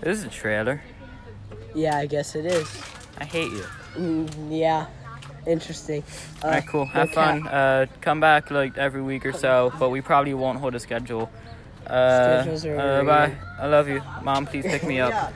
This is a trailer. Yeah, I guess it is. I hate you. Mm, yeah, interesting. Uh, All right, cool. Have no cat. fun. Uh, come back like every week or so, but we probably won't hold a schedule. Uh, Schedules are uh, bye. overrated. I love you, mom. Please pick me up. Yeah.